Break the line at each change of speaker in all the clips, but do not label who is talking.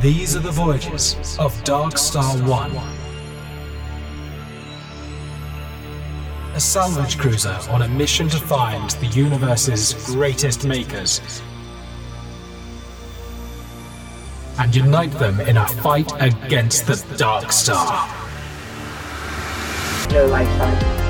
These are the voyages of Dark Star 1, a salvage cruiser on a mission to find the universe's greatest makers and unite them in a fight against the Dark Star.
no life sign.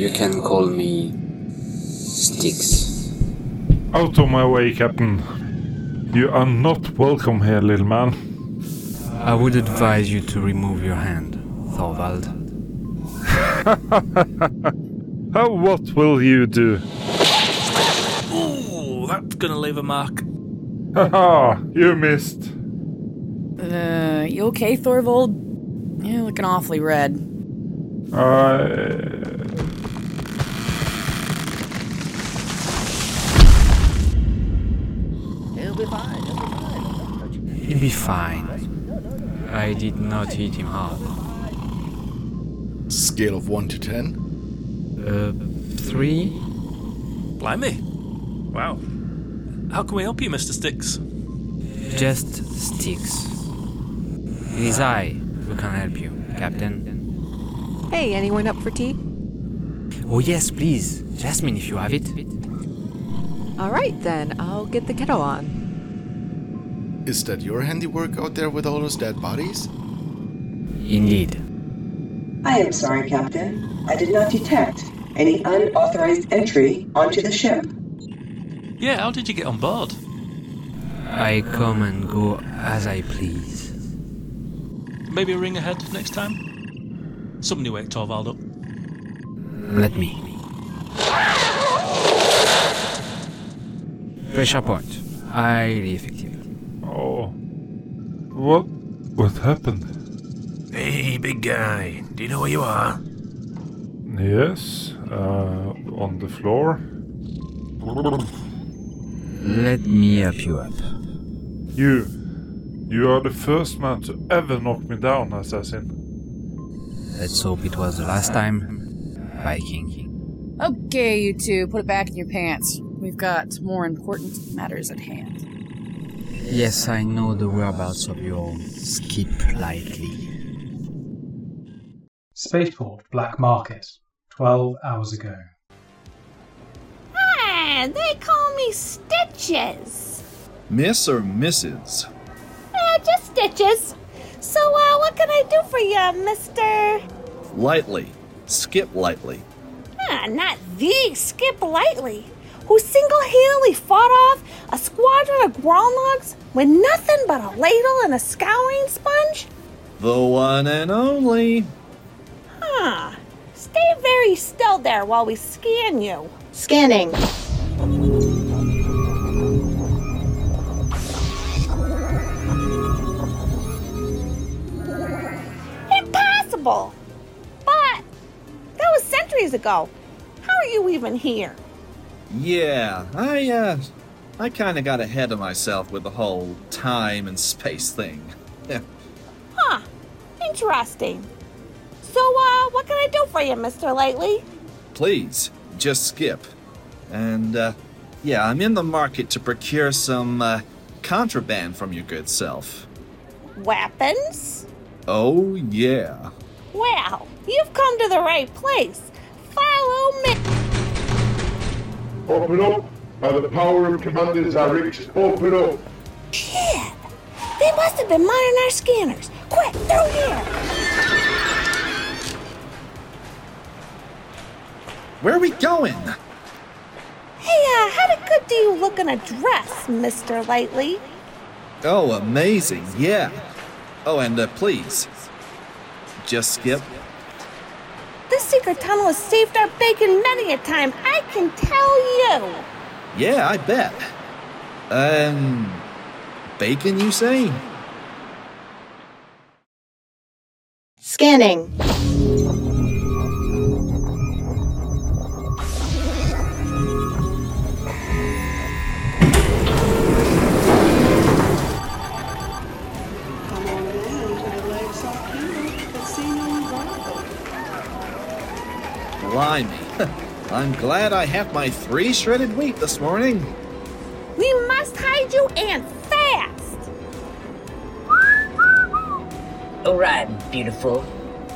You can call me Sticks.
Out of my way, Captain. You are not welcome here, little man.
I would advise you to remove your hand, Thorvald.
Oh, what will you do?
Ooh, that's gonna leave a mark.
Haha, you missed.
Uh, you okay, Thorvald? You're looking awfully red.
I.
He'll be fine. I did not hit him hard.
Scale of 1 to 10.
Uh, three?
Blimey. Wow. How can we help you, Mr. Sticks?
Just sticks. It is I who can help you, Captain.
Hey, anyone up for tea?
Oh, yes, please. Jasmine, if you have it.
All right, then, I'll get the kettle on.
Is that your handiwork out there with all those dead bodies?
Indeed.
I am sorry, Captain. I did not detect any unauthorized entry onto the ship.
Yeah, how did you get on board?
I come and go as I please.
Maybe a ring ahead next time? Somebody wake Torvald up.
Let me. Pressure point. Highly effective.
Oh. What. What happened?
Hey, big guy, do you know where you are?
Yes, uh, on the floor.
Let me help you up.
You. You are the first man to ever knock me down, assassin.
Let's hope it was the last time. Viking.
Okay, you two, put it back in your pants. We've got more important matters at hand.
Yes, I know the whereabouts of your skip lightly.
Spaceport Black Market, 12 hours ago.
Ah, they call me Stitches.
Miss or Mrs.?
Ah, just Stitches. So, uh, what can I do for you, Mister?
Lightly. Skip lightly.
Ah, not the Skip Lightly, who single-handedly fought off a squadron of Gromlogs with nothing but a ladle and a scouring sponge.
The one and only.
Huh. Ah, Stay very still there while we scan you.
Scanning.
Impossible. But that was centuries ago. How are you even here?
Yeah, I, uh. I kinda got ahead of myself with the whole time and space thing.
Huh. Interesting. So, uh, what can I do for you, Mr. Lightly?
Please, just skip. And, uh. Yeah, I'm in the market to procure some, uh. contraband from your good self.
Weapons?
Oh, yeah.
Well, you've come to the right place. Follow me.
Open up! By the power of Commander's Arix, open up!
Shit! They must have been mining our scanners. Quick, through here!
Where are we going?
Hey, uh, how the good do you look in a dress, Mr. Lightly?
Oh, amazing, yeah. Oh, and uh, please, just skip.
This secret tunnel has saved our bacon many a time, I can tell you.
Yeah, I bet. Um, bacon, you say?
Scanning.
Blimey. I'm glad I have my three shredded wheat this morning.
We must hide you and fast!
All right, beautiful.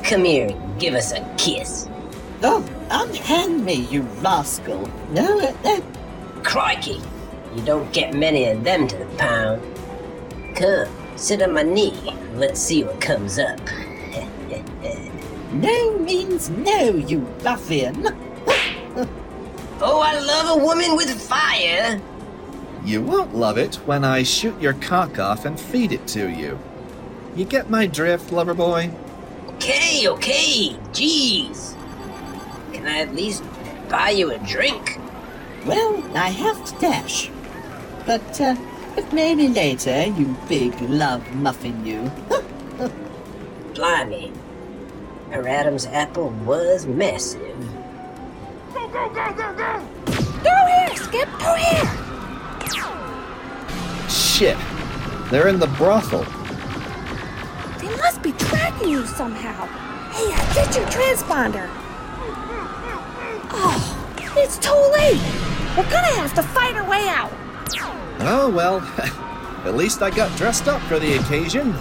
Come here and give us a kiss.
Oh, unhand me, you rascal. No, uh, uh,
Crikey! You don't get many of them to the pound. Come, sit on my knee. Let's see what comes up.
no means no, you ruffian.
oh, I love a woman with fire!
You won't love it when I shoot your cock off and feed it to you. You get my drift, lover boy?
Okay, okay, jeez. Can I at least buy you a drink?
Well, I have to dash. But, uh, but maybe later, you big love muffin, you.
Blimey. Her Adam's apple was massive.
Go, go, go, go, go! Through here, Skip, through here!
Shit. They're in the brothel.
They must be tracking you somehow. Hey, I get your transponder. Oh, it's too late. We're gonna have to fight our way out.
Oh, well, at least I got dressed up for the occasion.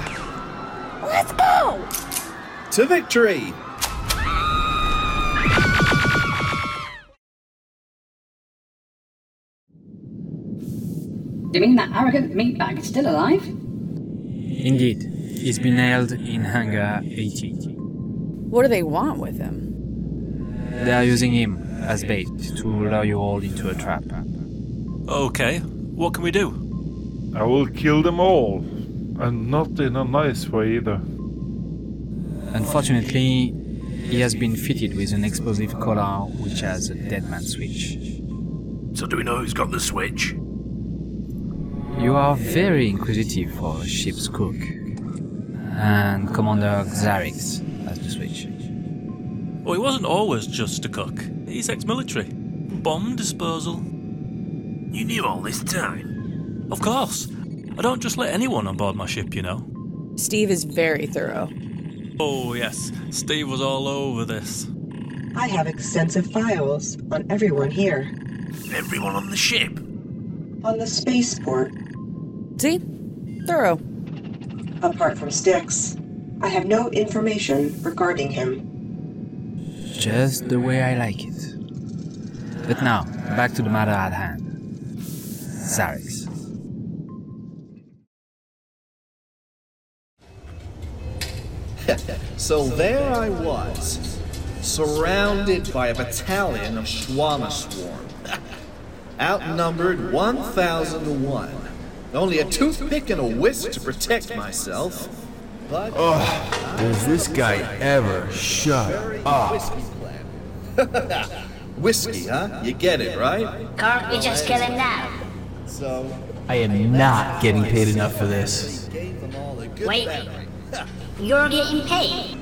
Let's go.
To victory!
You mean that arrogant meatbag is still alive?
Indeed, he's been nailed in Hangar 80.
What do they want with him?
They are using him as bait to lure you all into a trap.
Okay, what can we do?
I will kill them all. And not in a nice way either.
Unfortunately, he has been fitted with an explosive collar which has a deadman switch.
So do we know who's got the switch?
You are very inquisitive for a ship's cook. And Commander Xarix has the switch.
Well, Oh, he wasn't always just a cook. He's ex-military. Bomb disposal.
You knew all this time?
Of course. I don't just let anyone on board my ship, you know.
Steve is very thorough.
Oh, yes. Steve was all over this.
I have extensive files on everyone here.
Everyone on the ship?
On the spaceport.
See? Thorough.
Apart from Styx, I have no information regarding him.
Just the way I like it. But now, back to the matter at hand. Xarix.
So there I was, surrounded by a battalion of Schwama Swarm. Outnumbered 1,000 to 1. Only a toothpick and a whisk to protect myself. But
Ugh, does this guy ever shut up?
whiskey, huh? You get it, right?
Can't we just kill him now?
So,
I am not getting paid enough for this.
Wait, wait. You're getting paid.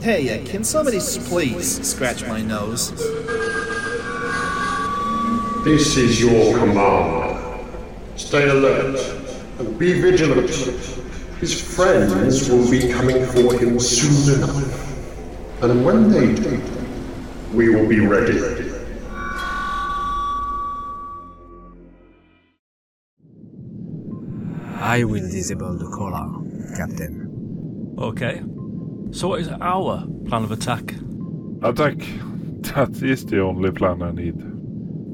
hey, uh, can somebody please scratch my nose?
This is your command. Stay alert and be vigilant. His friends will be coming for him soon enough. And when they do, we will be ready.
I will disable the collar, Captain.
Okay. So what is our plan of attack?
Attack. That is the only plan I need.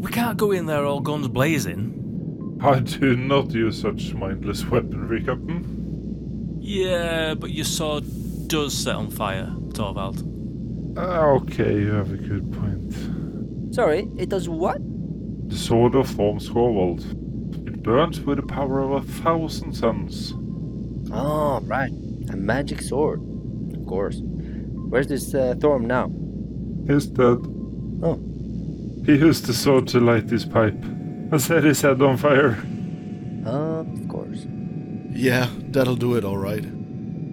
We can't go in there all guns blazing.
I do not use such mindless weaponry, Captain.
Yeah, but your sword does set on fire, Torvald.
Ah, okay, you have a good point.
Sorry, it does what?
The sword of Thorm Scorwald. It burns with the power of a thousand suns.
Oh, right. A magic sword. Of course. Where's this uh, Thorm now?
He's dead.
Oh.
He used the sword to light his pipe and set his head on fire.
Uh, of course.
Yeah, that'll do it, all right.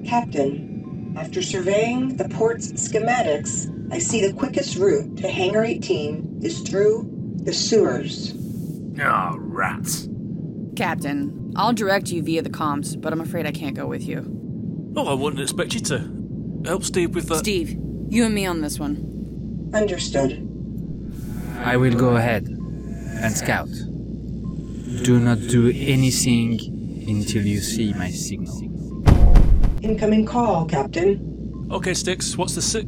Captain, after surveying the port's schematics, I see the quickest route to Hangar 18 is through the sewers.
Ah, rats.
Captain, I'll direct you via the comms, but I'm afraid I can't go with you.
Oh, I wouldn't expect you to. Help Steve with that.
Steve, you and me on this one.
Understood.
I will go ahead and scout. Do not do anything until you see my signal.
Incoming call, Captain.
Okay, Sticks, what's the sick?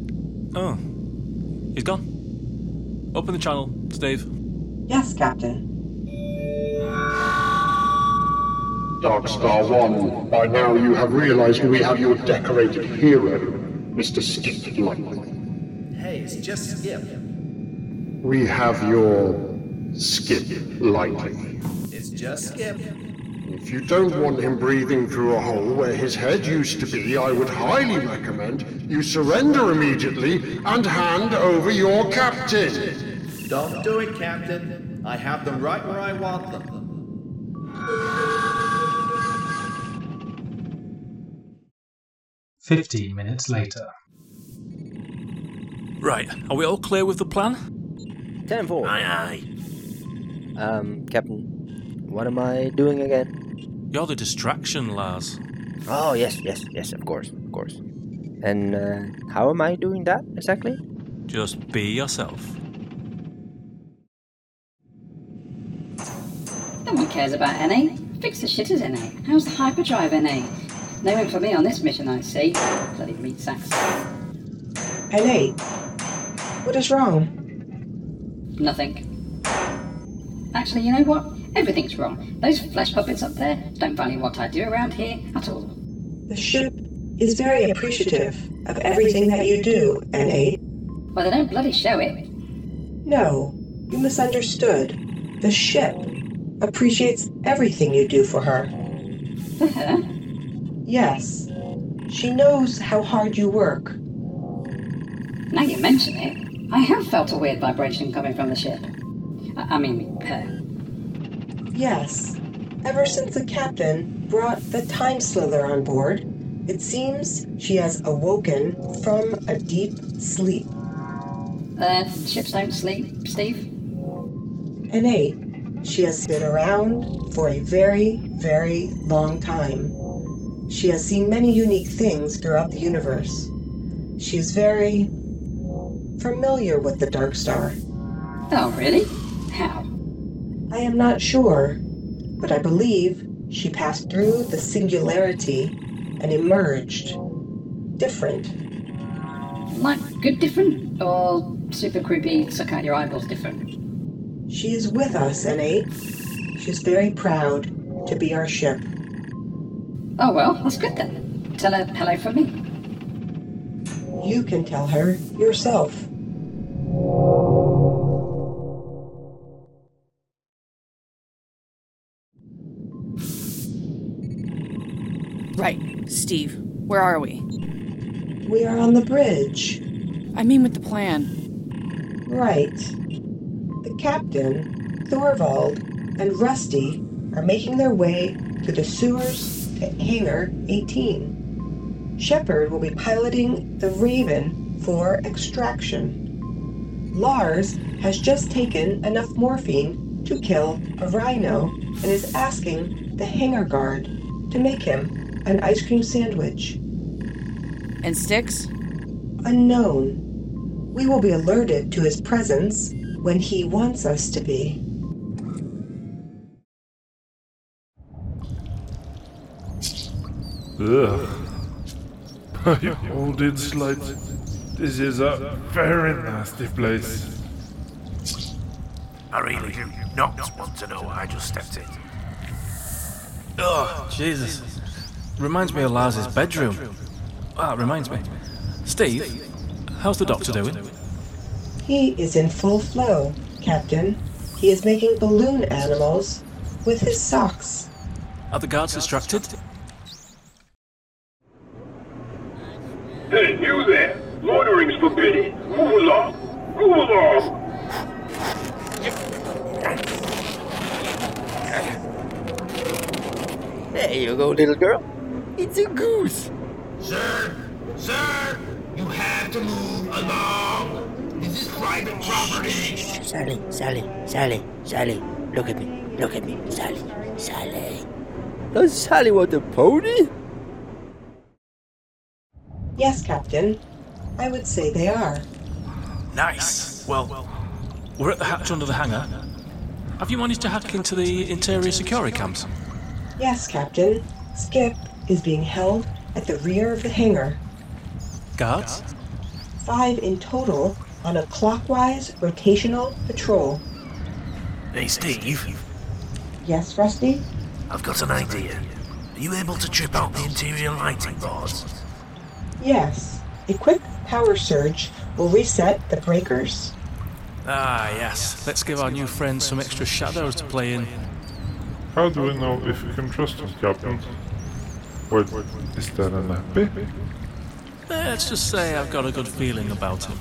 Oh. He's gone. Open the channel, Steve.
Yes, Captain.
Darkstar 1, by now you have realized we have your decorated hero, Mr. Skip Lightning.
Hey, it's just Skip.
We have your Skip Lightning.
It's just Skip.
If you don't want him breathing through a hole where his head used to be, I would highly recommend you surrender immediately and hand over your captain.
Don't do it, Captain. I have them right where I want them.
Fifteen minutes later.
Right, are we all clear with the plan?
Ten and four.
Aye,
Um, Captain, what am I doing again?
You're the distraction, Lars.
Oh, yes, yes, yes, of course, of course. And uh, how am I doing that exactly?
Just be yourself.
No one cares about NA. Fix the shitters NA. How's the hyperdrive NA? No one for me on this mission, I see. Bloody meat sacks.
NA, what is wrong?
Nothing. Actually, you know what? Everything's wrong. Those flesh puppets up there don't value what I do around here at all.
The ship is very appreciative of everything that you do, NA.
Well, they don't bloody show it.
No, you misunderstood. The ship appreciates everything you do for her.
For her?
Yes, she knows how hard you work.
Now you mention it, I have felt a weird vibration coming from the ship. I, I mean, her.
Yes. Ever since the captain brought the time slither on board, it seems she has awoken from a deep sleep.
Uh, ships don't sleep, Steve.
And eight, she has been around for a very, very long time. She has seen many unique things throughout the universe. She is very familiar with the Dark Star.
Oh, really? How?
I am not sure, but I believe she passed through the singularity and emerged different.
Like, good different? Or super creepy, suck out your eyeballs different?
She is with us, N8. She is very proud to be our ship.
Oh, well, that's good then. Tell her hello from me.
You can tell her yourself.
15. Right. Steve, where are we?
We are on the bridge.
I mean, with the plan.
Right. The captain, Thorvald, and Rusty are making their way to the sewers to Hangar 18. Shepard will be piloting the Raven for extraction. Lars has just taken enough morphine to kill a rhino and is asking the hangar guard to make him an ice cream sandwich.
And Sticks?
Unknown. We will be alerted to his presence when he wants us to be.
Ugh. By all did lights, this is a very nasty place.
I really do not want to know why I just stepped in.
Oh, Jesus. Reminds me of Lars's bedroom. Ah, it reminds me. Steve, how's the doctor doing?
He is in full flow, Captain. He is making balloon animals with his socks.
Are the guards distracted?
You there! Loitering's forbidden! Move along! Move along!
There you go, little girl. It's a goose.
Sir, sir, you have to move along. This is private property.
Sally, Sally, Sally, Sally. Look at me. Look at me. Sally, Sally. Does Sally want a pony?
Yes, Captain. I would say they are.
Nice. Well, we're at the hatch under the hangar. Have you managed to hack into the interior security cams?
Yes, Captain. Skip is being held at the rear of the hangar,
Guards?
five in total, on a clockwise rotational patrol.
Hey, Steve,
Yes, Rusty?
I've got an idea. Are you able to trip out the interior lighting bars?
Yes. A quick power surge will reset the breakers.
Ah, yes. Let's give our new friends some extra shadows to play in.
How do we know if we can trust him, Captain? Wait, is that an happy?
Let's just say I've got a good feeling about it.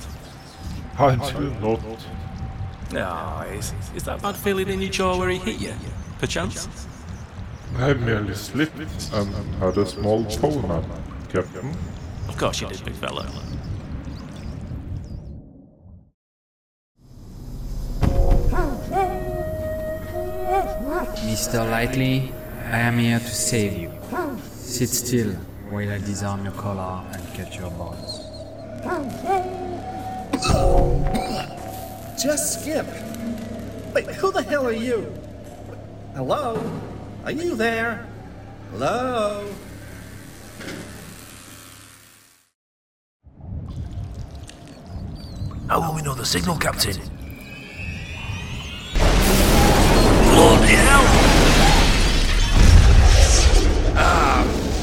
I do not.
Ah, is, is that bad feeling in your jaw where he hit you? Perchance?
I merely slipped and had a small toe nap, Captain.
Of course you did, big fella.
Mr. Lightly, I am here to save you. Sit still while I disarm your collar and cut your bonds.
Just skip. Wait, who the hell are you? Hello? Are you there? Hello?
How will we know the signal, Captain? Bloody hell!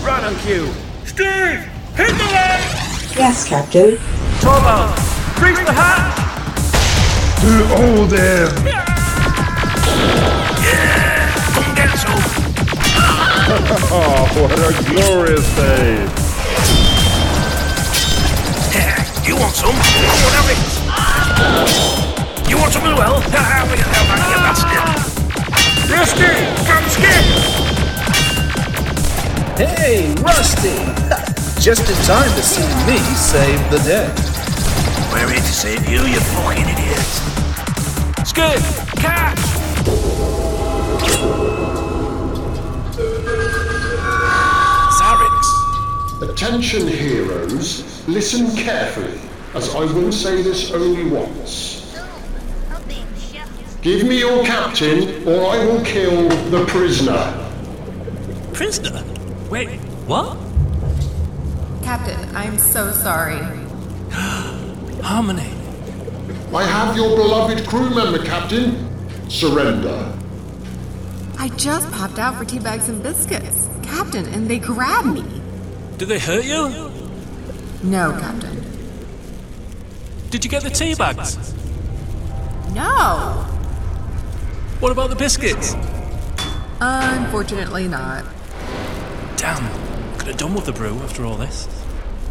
Run on cue.
Steve! Hit the light!
Yes, Captain.
Torvald, freeze the hat!
Too old him! Ah, what a glorious day!
You want some? You want have it? You want some as well? Ah, we can help out you bastard! Rusty! Come skip!
Hey, Rusty! Just in time to see me save the day.
We're here to save you, you fucking idiot! Skip! Catch!
Zarix!
Attention, heroes. Listen carefully, as I will say this only once. Give me your captain, or I will kill the prisoner.
Prisoner? Wait, what?
Captain, I'm so sorry.
Harmony.
I have your beloved crew member, Captain. Surrender.
I just popped out for tea bags and biscuits, Captain, and they grabbed me.
Did they hurt you?
No, Captain.
Did you get the tea bags?
No!
What about the biscuits?
Unfortunately not.
Damn. Could have done with the brew after all this.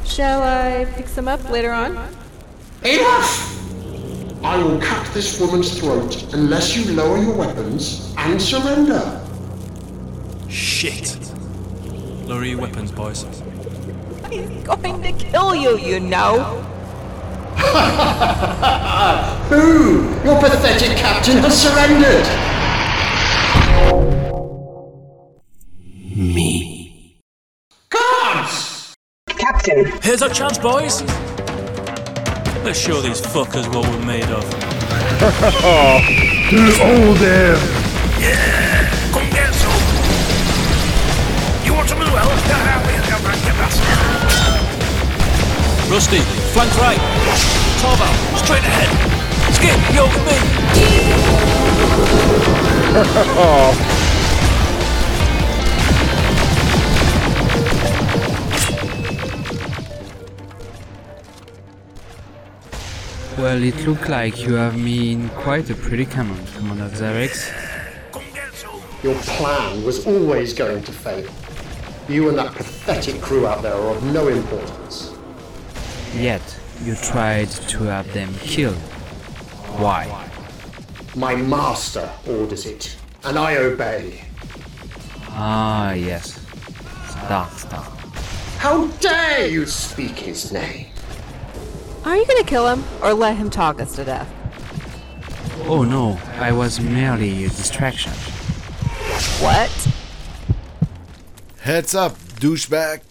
Shall I pick some up later on?
Enough! I will cut this woman's throat unless you lower your weapons and surrender.
Shit. Lower your weapons, boys.
He's going to kill you, you know.
Ah!
Who? Your pathetic captain has surrendered!
Me.
Captain,
Here's our chance, boys! Let's show these fuckers what we're made of.
Too old him!
Come get some! You want some as well? Ah, we can help out you bastard!
Rusty, flank right. Torval, straight ahead. Skip, you're with me.
Well, it looked like you have me in quite a predicament, Commander Zarex.
Your plan was always going to fail. You and that pathetic crew out there are of no importance.
Yet, you tried to have them killed. Why?
My master orders it, and I obey.
Ah, yes. Stark, Stark.
How dare you speak his name?
Are you gonna kill him or let him talk us to death?
Oh no, I was merely a distraction.
What?
Heads up, douchebag.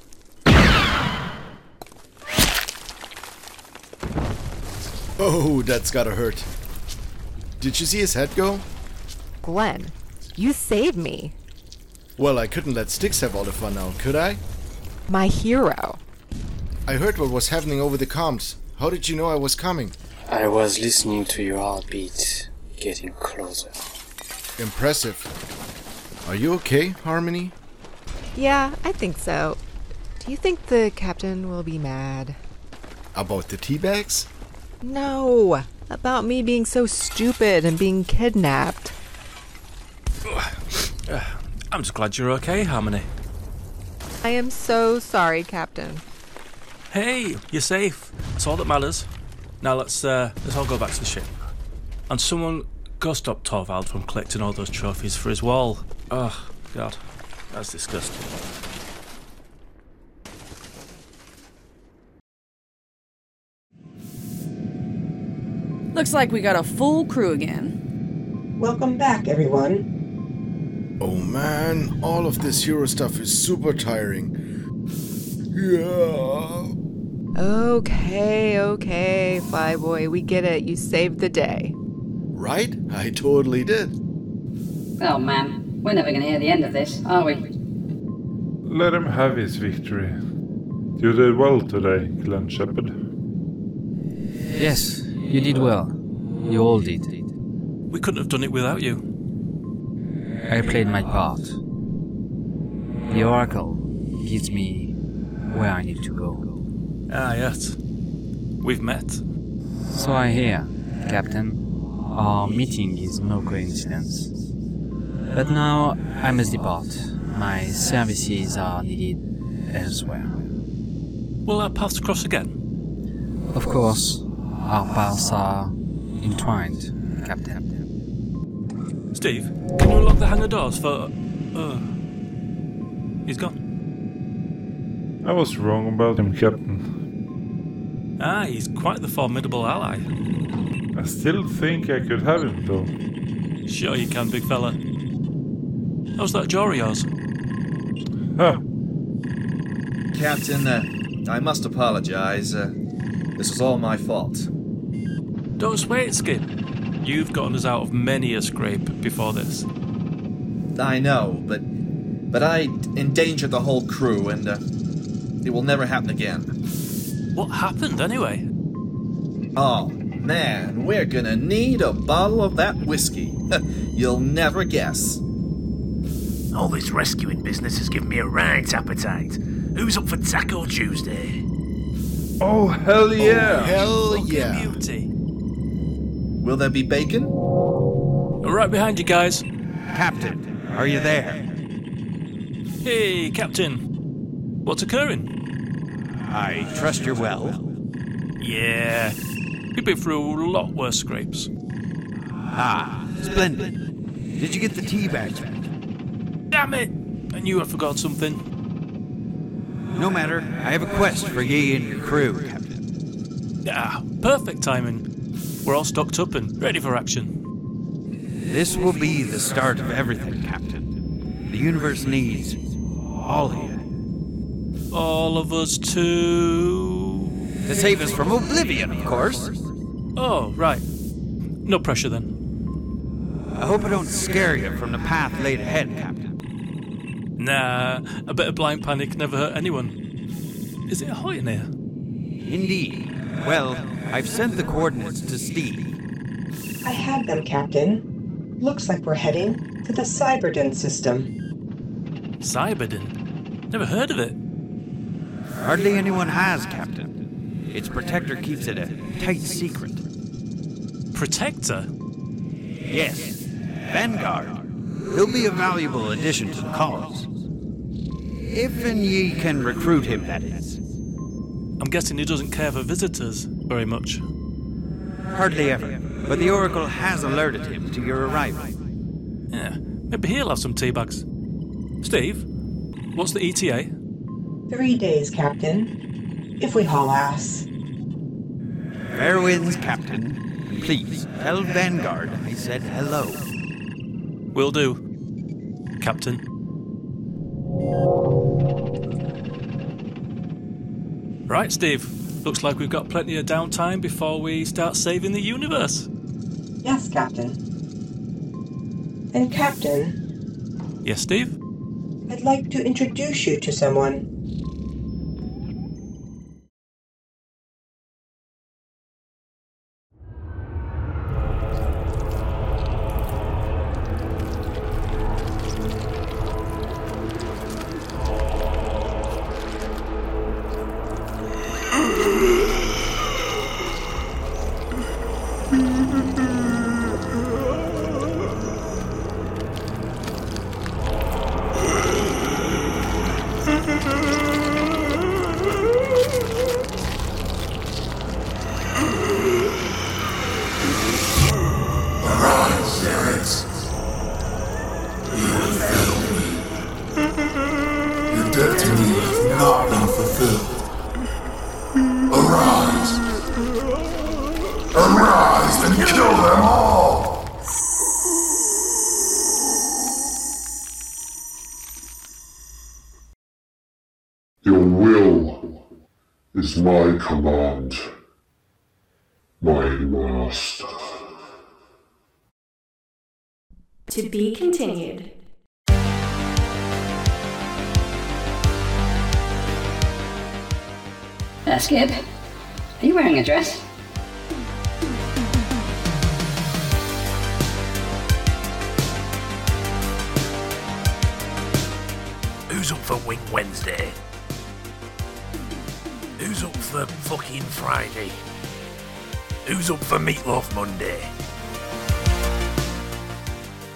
Oh, that's gotta hurt. Did you see his head go?
Glenn, you saved me.
Well, I couldn't let Styx have all the fun now, could I?
My hero.
I heard what was happening over the comms. How did you know I was coming?
I was listening to your heartbeat getting closer.
Impressive. Are you okay, Harmony?
Yeah, I think so. Do you think the captain will be mad?
About the teabags?
No, about me being so stupid and being kidnapped.
I'm just glad you're okay, Harmony.
I am so sorry, Captain.
Hey, you're safe. That's all that matters. Now let's uh, let's all go back to the ship. And someone go stop Torvald from collecting all those trophies for his wall. Oh God, that's disgusting.
Looks like we got a full crew again.
Welcome back, everyone.
Oh man, all of this hero stuff is super tiring. Yeah.
Okay, okay, Flyboy, we get it. You saved the day.
Right? I totally did.
Oh man, we're never going to hear the end of this, are we?
Let him have his victory. You did well today, Glenn Shepard.
Yes, you did well. You all did.
We couldn't have done it without you.
I played my part. The Oracle gives me where I need to go.
Ah yes, we've met.
So I hear, Captain. Our meeting is no coincidence. But now I must depart. My services are needed elsewhere.
Will our paths cross again?
Of course, our paths are entwined, Captain.
Steve, can you unlock the hangar doors for? Uh, he's gone.
I was wrong about him, Captain.
Ah, he's quite the formidable ally.
I still think I could have him, though.
Sure you can, big fella. How's that jaw of yours?
Captain, uh, I must apologize. Uh, this was all my fault.
Don't sway it, Skip. You've gotten us out of many a scrape before this.
I know, but but I endangered the whole crew, and uh, it will never happen again.
What happened anyway?
Oh man, we're gonna need a bottle of that whiskey. You'll never guess.
All this rescuing business has given me a right appetite. Who's up for Taco Tuesday?
Oh hell yeah!
hell
yeah! Beauty.
Will there be bacon?
Right behind you guys.
Captain, are you there?
Hey, Captain. What's occurring?
I trust you're well.
Yeah. We've been through a lot worse scrapes.
Ah, splendid. Did you get the tea bags back?
Damn it! I knew I forgot something.
No matter. I have a quest for ye and your crew, Captain.
Ah, perfect timing. We're all stocked up and ready for action.
This will be the start of everything, Captain. The universe needs all of you
All of us too.
to save us from oblivion, of course.
Oh, right. No pressure then.
I hope I don't scare you from the path laid ahead, Captain.
Nah, a bit of blind panic never hurt anyone. Is it hot in here?
Indeed. Well, I've sent the coordinates to Steve.
I have them, Captain. Looks like we're heading to the Cyberden system.
Cyberden? Never heard of it.
Hardly anyone has, Captain. Its protector keeps it a tight secret.
Protector?
Yes, Vanguard. He'll be a valuable addition to the cause. If and ye can recruit him, that is.
I'm guessing he doesn't care for visitors very much.
Hardly ever. But the Oracle has alerted him to your arrival.
Yeah, maybe he'll have some tea bags. Steve, what's the E ETA?
Three days, Captain. If we haul ass.
Fair winds, Captain. Please, tell Vanguard I said hello.
Will do. Captain. Right, Steve. Looks like we've got plenty of downtime before we start saving the universe.
Yes, Captain. And, Captain,
Yes, Steve?
I'd like to introduce you to someone.
Arise, spirits. You have failed me. Your debt to me has not been fulfilled. Arise. Arise and kill them all.
Your will is my command, my master.
To be continued.
Uh, Skip, are you wearing a dress?
Who's up for Wing Wednesday? Who's up for fucking Friday? Who's up for Meatloaf Monday?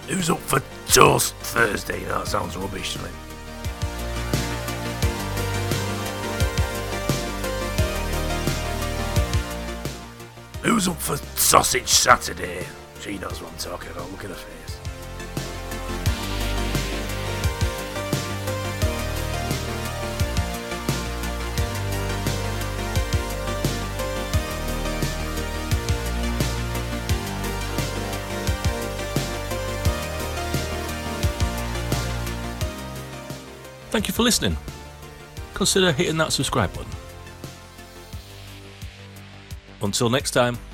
Who's up for Toast Thursday? That sounds rubbish to me. Who's up for Sausage Saturday? She knows what I'm talking about. Look at her face.
Thank you for listening. Consider hitting that subscribe button. Until next time.